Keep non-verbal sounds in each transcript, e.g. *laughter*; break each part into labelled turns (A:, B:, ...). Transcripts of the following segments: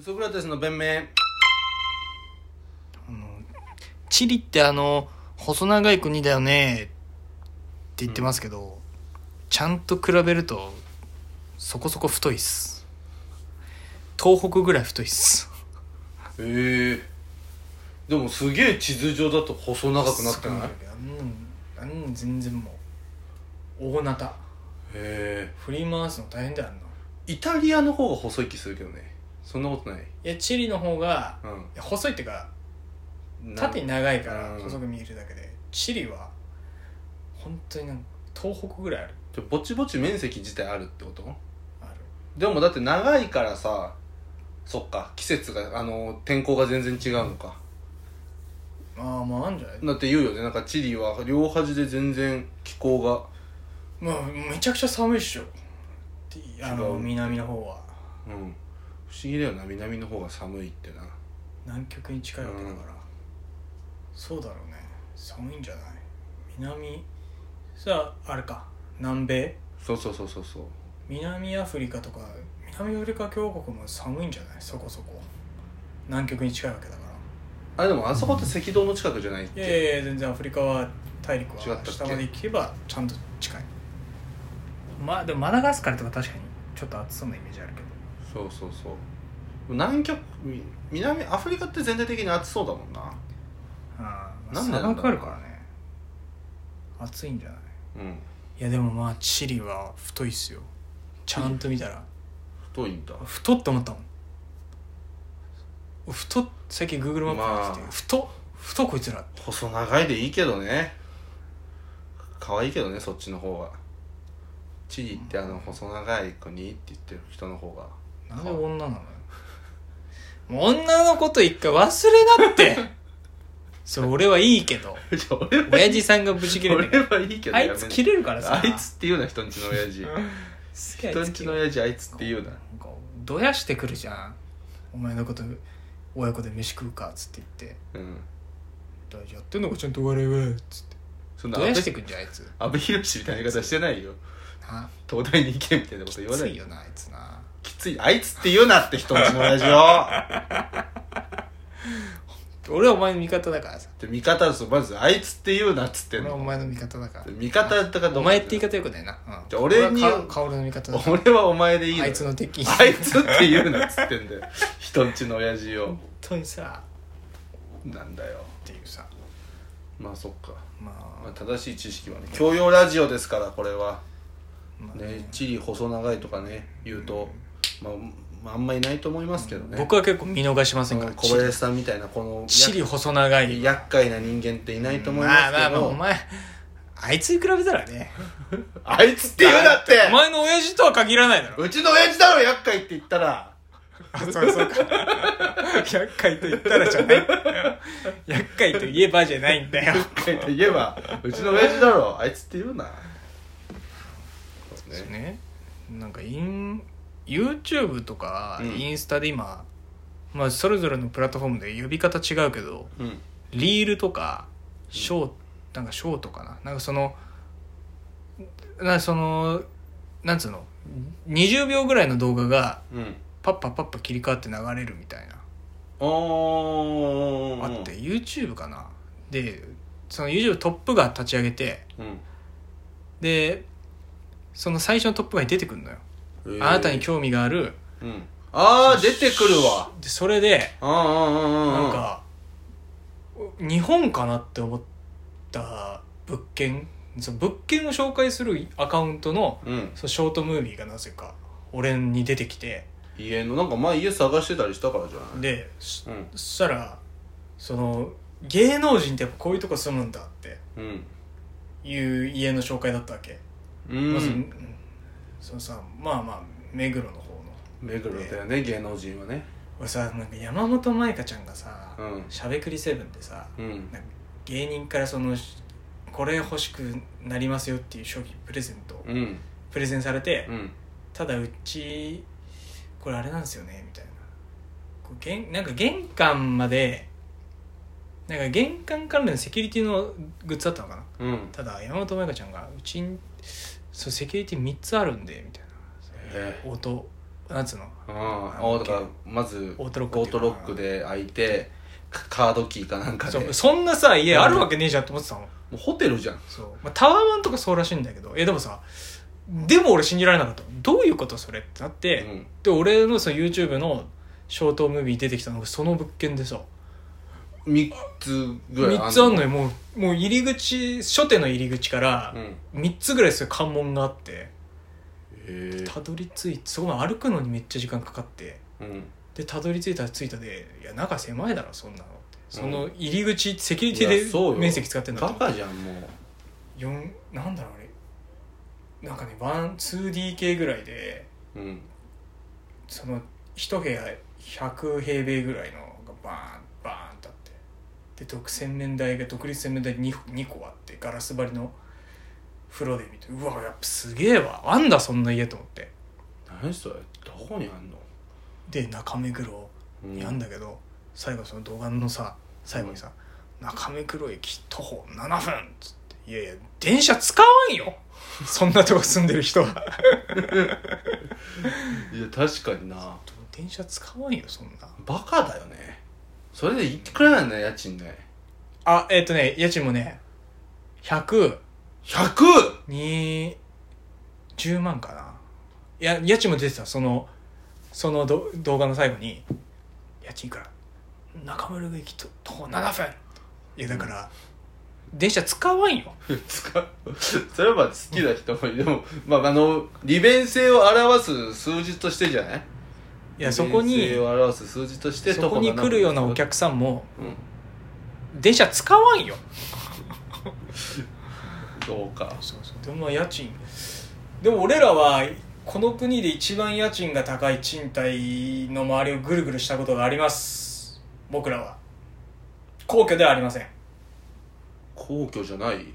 A: ソクラテスの弁明
B: チリってあの細長い国だよねって言ってますけど、ちゃんと比べるとそこそこ太いっす東北ぐらい太いっす
A: ええでもすげえ地図上だと細長くなってないへ
B: あんなんあんなん全然もう大なた
A: え
B: 振り回すの大変だよあんな
A: イタリアの方が細い気するけどねそんなことない
B: いやチリの方が
A: う
B: いや細いっていうか
A: ん
B: 縦に長いから
A: うん
B: 細く見えるだけで、チリは本当になんか東北ぐらいある
A: じゃあぼちぼち面積自体あるってこと
B: ある
A: でもだって長いからさそっか季節があの天候が全然違うのか、
B: ああまああんじゃない
A: だって言うよねなんかチリは両端で全然気候が
B: まあめちゃくちゃ寒いっしょあ
A: 違
B: の
A: う
B: 南の方は
A: うん不思議だよな南の方が寒いってな
B: 南極に近いわけだから、そうだろうね寒いんじゃない南さああれか南米
A: そうそうそうそうそう
B: 南アフリカとか南アフリカ共和国も寒いんじゃないそこそこ南極に近いわけだから
A: あれでもあそこって赤道の近くじゃないっ
B: い
A: け
B: やいやいや全然アフリカは大陸
A: 違ったっ
B: は
A: け
B: 下まで行けばちゃんと近いまあでもマダガスカルとか確かにちょっと暑そうなイメージあるけ
A: そ
B: ど
A: うそうそう南極み南アフリカって全体的に暑そうだもんな
B: ああ
A: なんでな
B: 砂
A: んだろう
B: 漠あるからね暑いんじゃない
A: うん
B: いやでもまあチリは太いっすよちゃんと見たら
A: 太いんだ
B: 太って思ったもん太っ最近 Google マップで見てて、
A: まあ
B: 太っ太っこいつら
A: 細長いでいいけどね可愛いけどねそっちの方がチリってあの細長い国って言ってる人の方が
B: なんで女なのよもう女のこと一回忘れなって *laughs* そう俺はいいけど
A: いや俺は
B: 親父さんがブチ切れてる
A: 俺はいいけど
B: あ
A: やめ
B: いつ切れるからさ
A: あいつって言うな人んちの親
B: *laughs*
A: 父
B: すげえあ
A: 人
B: いつ
A: んち
B: 切
A: の
B: れる
A: 親父あいつって言うな
B: なんかどやしてくるじゃんお前のこと親子で飯食うかっつって言って
A: うん
B: 大事やってんのかちゃんと笑いはっつって
A: そんな
B: ど
A: 安
B: やして
A: 倍
B: くんじゃんあいつ
A: 安倍博士みたいな言い方してないよ
B: な
A: 東大に行けみたいなこと言わな
B: つ
A: い
B: い
A: よ
B: よなあいつな
A: きついあいつって言うなって人んちの親父を
B: 俺はお前の味方だからさ
A: で味方ですよまずあいつって言うなっつってん
B: 俺はお
A: の
B: 前の味方だから
A: 味方とかど
B: お
A: うか
B: 前って言い方よくないな、うん、
A: じゃあ俺に
B: はか薫の味方だから
A: 俺はお前でいいの
B: あいつの敵
A: あいつって言うなっつってん
B: *laughs*
A: だよ人んちの親父を
B: 本当にさ
A: なんだよ
B: っていうさ
A: まあそっか、ま
B: ま
A: あ、
B: あ
A: 正しい知識はね教養ラジオですからこれは
B: まあ
A: ね地理細長いとかね言うと、まあまああんまいないと思いますけどね
B: 僕は結構見逃しま
A: そ
B: せんから
A: の小
B: チリ
A: 林さんみたいなこの
B: チリ細長い
A: 厄介な人間っていないと思いま
B: まあ
A: す
B: まあ
A: け
B: まあお
A: ど
B: 前あいつに比べたらね
A: あいつって言うなって
B: お前の親父とは限らないだ
A: *laughs*
B: ろ
A: うちの親父だろ厄介って言ったら
B: あそうそうか *laughs* 厄介と言ったらじゃない *laughs* 厄介と言えばじゃないんだよ
A: 厄介と *laughs* 言えばうちの親父だろあいつって言うなそう
B: です
A: ね
B: ねなんかイン YouTube とか
A: うん
B: インスタで今、まあ、それぞれのプラットフォームで呼び方違うけど
A: うん
B: リールとかショー、なんかショートかななんかそのなそのなんつうの20秒ぐらいの動画が
A: うん
B: パッパパッパ切り替わって流れるみたいな、
A: おー
B: あって YouTube かなでその YouTube トップが立ち上げて
A: うん
B: でその最初のトップが出てくるのよ、
A: えー
B: あなたに興味がある
A: うんああ出てくるわ
B: でそれで
A: うんうんうんうん
B: なんか、日本かなって思った物件その物件を紹介するアカウントの
A: うん
B: そのショートムービーがなぜか俺に出てきて
A: 家のなんか前家探してたりしたからじゃない
B: でそ
A: うん
B: そしたらその芸能人ってやっぱこういうとこ住むんだって
A: うん
B: いう家の紹介だったわけ、
A: う
B: まずうんんそのさまあまあ目黒の方の
A: 目黒だよね芸能人はね
B: 俺さなんか山本舞香ちゃんがさ、
A: うん
B: しゃべくりセブンでさ、
A: うん
B: なんか芸人からそのしこれ欲しくなりますよっていう商品プレゼントを
A: うん
B: プレゼンされて、
A: うん
B: ただうちこれあれなんですよねみたいなこうげんなんか玄関までなんか玄関関連のセキュリティのグッズだったのかな
A: うん
B: ただ山本舞香ちゃんがうちにそうセキュリティ3つあるんでみたいな
A: え
B: 音なんつうの
A: ああだからまず
B: オートロックっていうか
A: クで開いてかカードキーかなんかで
B: そ
A: も
B: うそんなさ家あるわけねえじゃんって思ってたの
A: うホテルじゃん
B: そう、まあ、タワーマンとかそうらしいんだけどえでもさでも俺信じられなかったどういうことそれってなって、
A: うん
B: で俺のその YouTube のショートムービー出てきたのがその物件でさ
A: 3つぐらい
B: 3つあんのよもうもう入り口初手の入り口から
A: うんへ
B: 3つぐらいそういう関門があって
A: え
B: たどり着いてそこまで歩くのにめっちゃ時間かかって
A: うん
B: でたどり着いたら着いたでいや中狭いだろそんなのってその入り口セキュリテ
A: いやそう
B: ィ
A: よ
B: で面積使ってんだと
A: バ
B: 思う
A: カじゃんも
B: 四なんだろうあれなんかね 1DK ぐらいで
A: ううん
B: その一部屋100平米ぐらいのがバーンバーンとあってで独洗面台が独立洗面台 2, 2個あってガラス張りの風呂で見てうわやっぱすげえわあんだそんな家と思って
A: 何それどこにあんの
B: で中目黒
A: うん
B: にあんだけど、最後その動画のさ最後にさ「中目黒駅徒歩7分」っつって「いやいや電車使わんよそんなとこ住んでる人は」
A: いや確かにな
B: 電車使わんよそんな
A: バカだよねそれでいくらなんだよ家賃ね
B: あえっ、とね家賃もね100
A: 100!
B: に10万かないや家賃も出てたそのそのど動画の最後に「家賃いくら中村駅と徒歩7分」いやだから、電車使わんよ
A: 使うそれはまあ好きな人もいるでも、まあ、あの利便性を表す数字としてじゃない
B: いやそこ
A: 利便
B: に
A: 性を表す数字として
B: そこに来るようなお客さんも
A: うん
B: 電車使わんよ
A: どうか
B: そうそうでもまあ家賃でも俺らはこの国で一番家賃が高い賃貸の周りをぐるぐるしたことがあります僕らは皇居ではありません
A: 皇居じゃない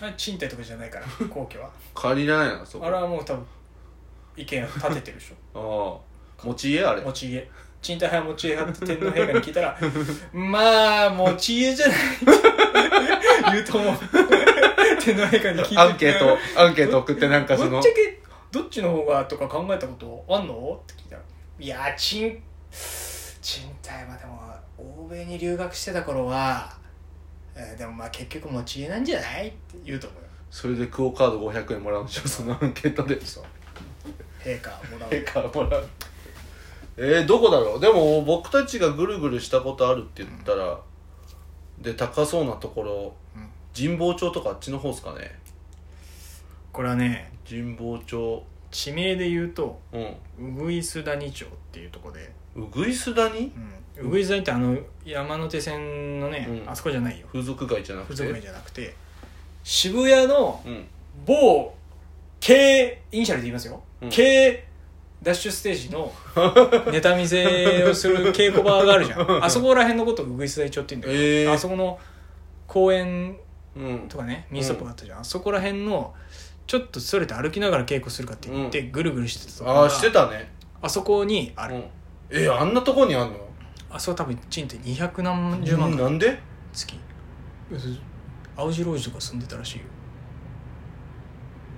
B: あ賃貸とかじゃな
A: *laughs*
B: いから皇居は
A: 借りれないなそこ
B: あれはもう多分意見を立ててるでし
A: *laughs*
B: ょ
A: ああ持ち家あれ
B: 持ち家賃貸派持ち家派って天皇陛下に聞いたらまあ持ち家じゃないって言う
A: *laughs*
B: と思う天皇陛下に聞いて
A: アンケートアンケート送ってなんかそ
B: ぶ
A: の
B: っちゃけどっちの方がとか考えたことあんのって聞いたら「いや賃賃貸までも欧米に留学してた頃は、えーでもまあ結局持ち家なんじゃない?」って言うと思うよ
A: それでクオ・カード500円もらうんでしょ *laughs* そのアンケートで
B: そう陛下もらう
A: 陛下もらう *laughs* えー、どこだろうでも僕たちがぐるぐるしたことあるって言ったら、で高そうなところ、
B: うん
A: 神保町とかあっちの方ですかね
B: これはね
A: 神保町
B: 地名で言うと
A: うん
B: ウグイス谷町っていうとこで、
A: うぐいす谷
B: うん、ウグイス谷ってあの山手線のね、
A: うん
B: あそこじゃないよ
A: 風俗街じゃなく
B: 付
A: て
B: 属名じゃなくて渋谷の
A: うん
B: 某 K イニシャルで言いますよ、
A: うん
B: K ダッシュステージのネタ見せをする稽古場があるじゃんあそこら辺のことをウグイス台町って言うんだけど、
A: えー
B: あそこの公園
A: うん
B: とかねミニストップがあったじゃん、あそこら辺のちょっとそれて歩きながら稽古するかって言ってぐるぐるしてたとこ
A: あ
B: が
A: あしてたね
B: あそこにあ
A: う
B: る、
A: んえー、あんなとこにあんの
B: あそこ多分賃貸200何十万
A: うん
B: か
A: なんで
B: 月青白王子とか住んでたらしいよ、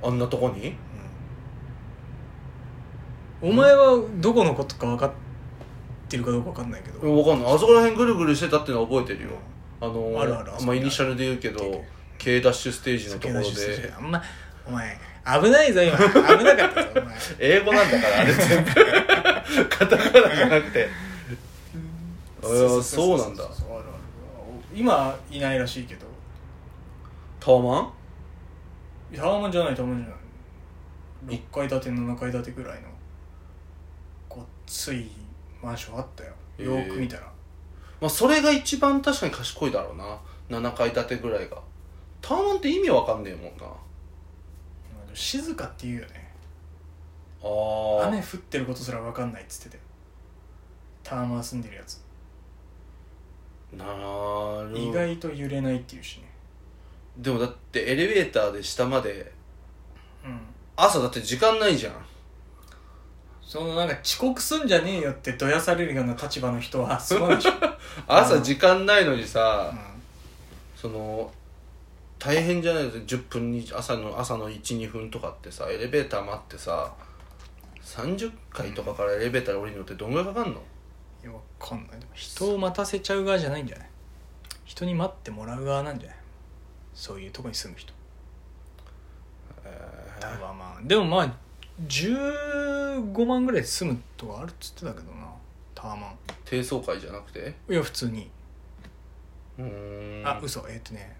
A: あんなとこに
B: お前はどこのことか分かってるかどうか分かんないけど、
A: うんわかんないあそこら辺ぐるぐるしてたってのは覚えてるよあのー
B: あるあるあそこにある
A: まあ、イニシャルで言うけ
B: 出
A: ど
B: て
A: K ダッシュステージのとこ
B: 酒
A: ろ
B: 出しす
A: で
B: るあんまお前危ないぞ今危なかったぞお
A: *laughs*
B: 前
A: 英語なんだからあれ全部
B: *laughs*
A: カタカナじゃなくてあーそうなんだ
B: そうあるある今いないらしいけど
A: タワマン
B: タワマンじゃないタワマンじゃない6階建て7階建てぐらいのごっついマンションあったよ
A: へ
B: よ
A: ー
B: く見たら、
A: まあそれが一番確かに賢いだろうな7階建てぐらいがタワマンって意味わかんねえもんな
B: 静かって言うよね
A: あ
B: 雨
A: ー
B: 降ってることすら分かんないっつっててタワマン住んでるやつ
A: なる
B: 意外と揺れないっていうしね
A: でもだってエレベーターで下まで
B: うん
A: 朝だって時間ないじゃん
B: そのなんか遅刻すんじゃねえよってどやされるような立場の人 *laughs* はすまないでしょ、
A: 朝時間ないのに
B: う
A: さ
B: ん
A: その大変じゃないです10分に朝の朝の12分とかってさエレベーター待ってさ30階とかからエレベーター降りるのってどんぐらいかかんの
B: いやわかんないでも人を待たせちゃう側じゃないんじゃない人に待ってもらう側なんじゃないそういうとこに住む人
A: え
B: だからまあでもまあ15万ぐらいで住むとかあるっつってたけどなタワマン
A: ー低層階じゃなくて
B: いや普通に
A: うーん
B: あ嘘えっ、とね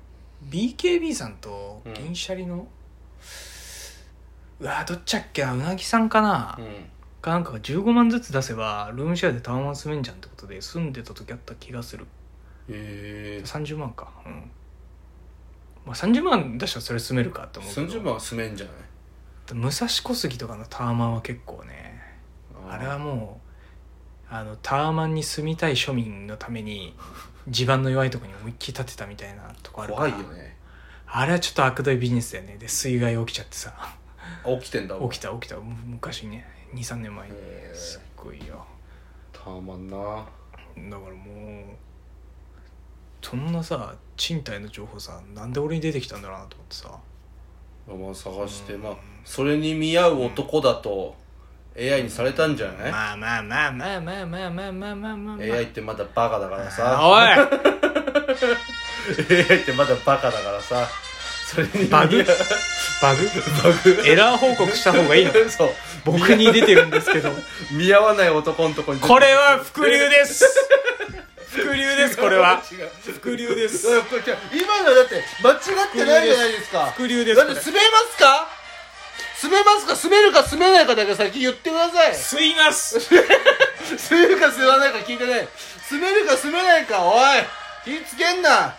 B: BKB さんと
A: うん
B: 銀シャリの、うわどっちだっけなうなぎさんかな、
A: うん
B: かなんかが15万ずつ出せばルームシェアでタワマン住めんじゃんってことで住んでた時あった気がする
A: ええ
B: 30万かうんまあ30万出したらそれ住めるかって思うけど
A: 30万は住めんじゃない
B: 武蔵小杉とかのタワマンは結構ねあれは
A: ー
B: もうあのタワマンに住みたい庶民のために地盤の弱いところに思いっきり建てたみたいなとこあるか
A: 怖
B: ら
A: いよね
B: あれはちょっと悪どいビジネスだよねで水害起きちゃってさ
A: あ起きてんだ
B: 起きた起きたむ昔ね23年前に
A: へえ
B: すっごいよ
A: たまんな
B: だからもうそんなさ賃貸の情報さなんで俺に出てきたんだろうなと思ってさ
A: まあ探して
B: うん
A: まあそれに見合う男だと AI にされたんじゃない
B: まあまあまあまあまあまあまあまあまあまあまあ
A: AI ってまだバカだからさ
B: あ
A: AI *laughs* ってまだバカだからさそれ
B: *laughs* おい
A: に
B: バグバグエラー報告した方がいいの
A: そう
B: 僕に出てるんですけど
A: 見合わない男のとこに
B: これは伏流です伏流ですこれは
A: *laughs* 違う
B: 伏流で
A: い
B: す
A: やこれ違う今のだって間違ってないじゃないですか
B: 伏流です
A: だっ
B: こ
A: て
B: れ
A: 滑めますか滑めますか滑めるか滑めないかだけ先言ってくだ *laughs* さい
B: 吸います
A: 滑るか滑らないか聞いてね滑るか滑らないかおい気ぃつけんな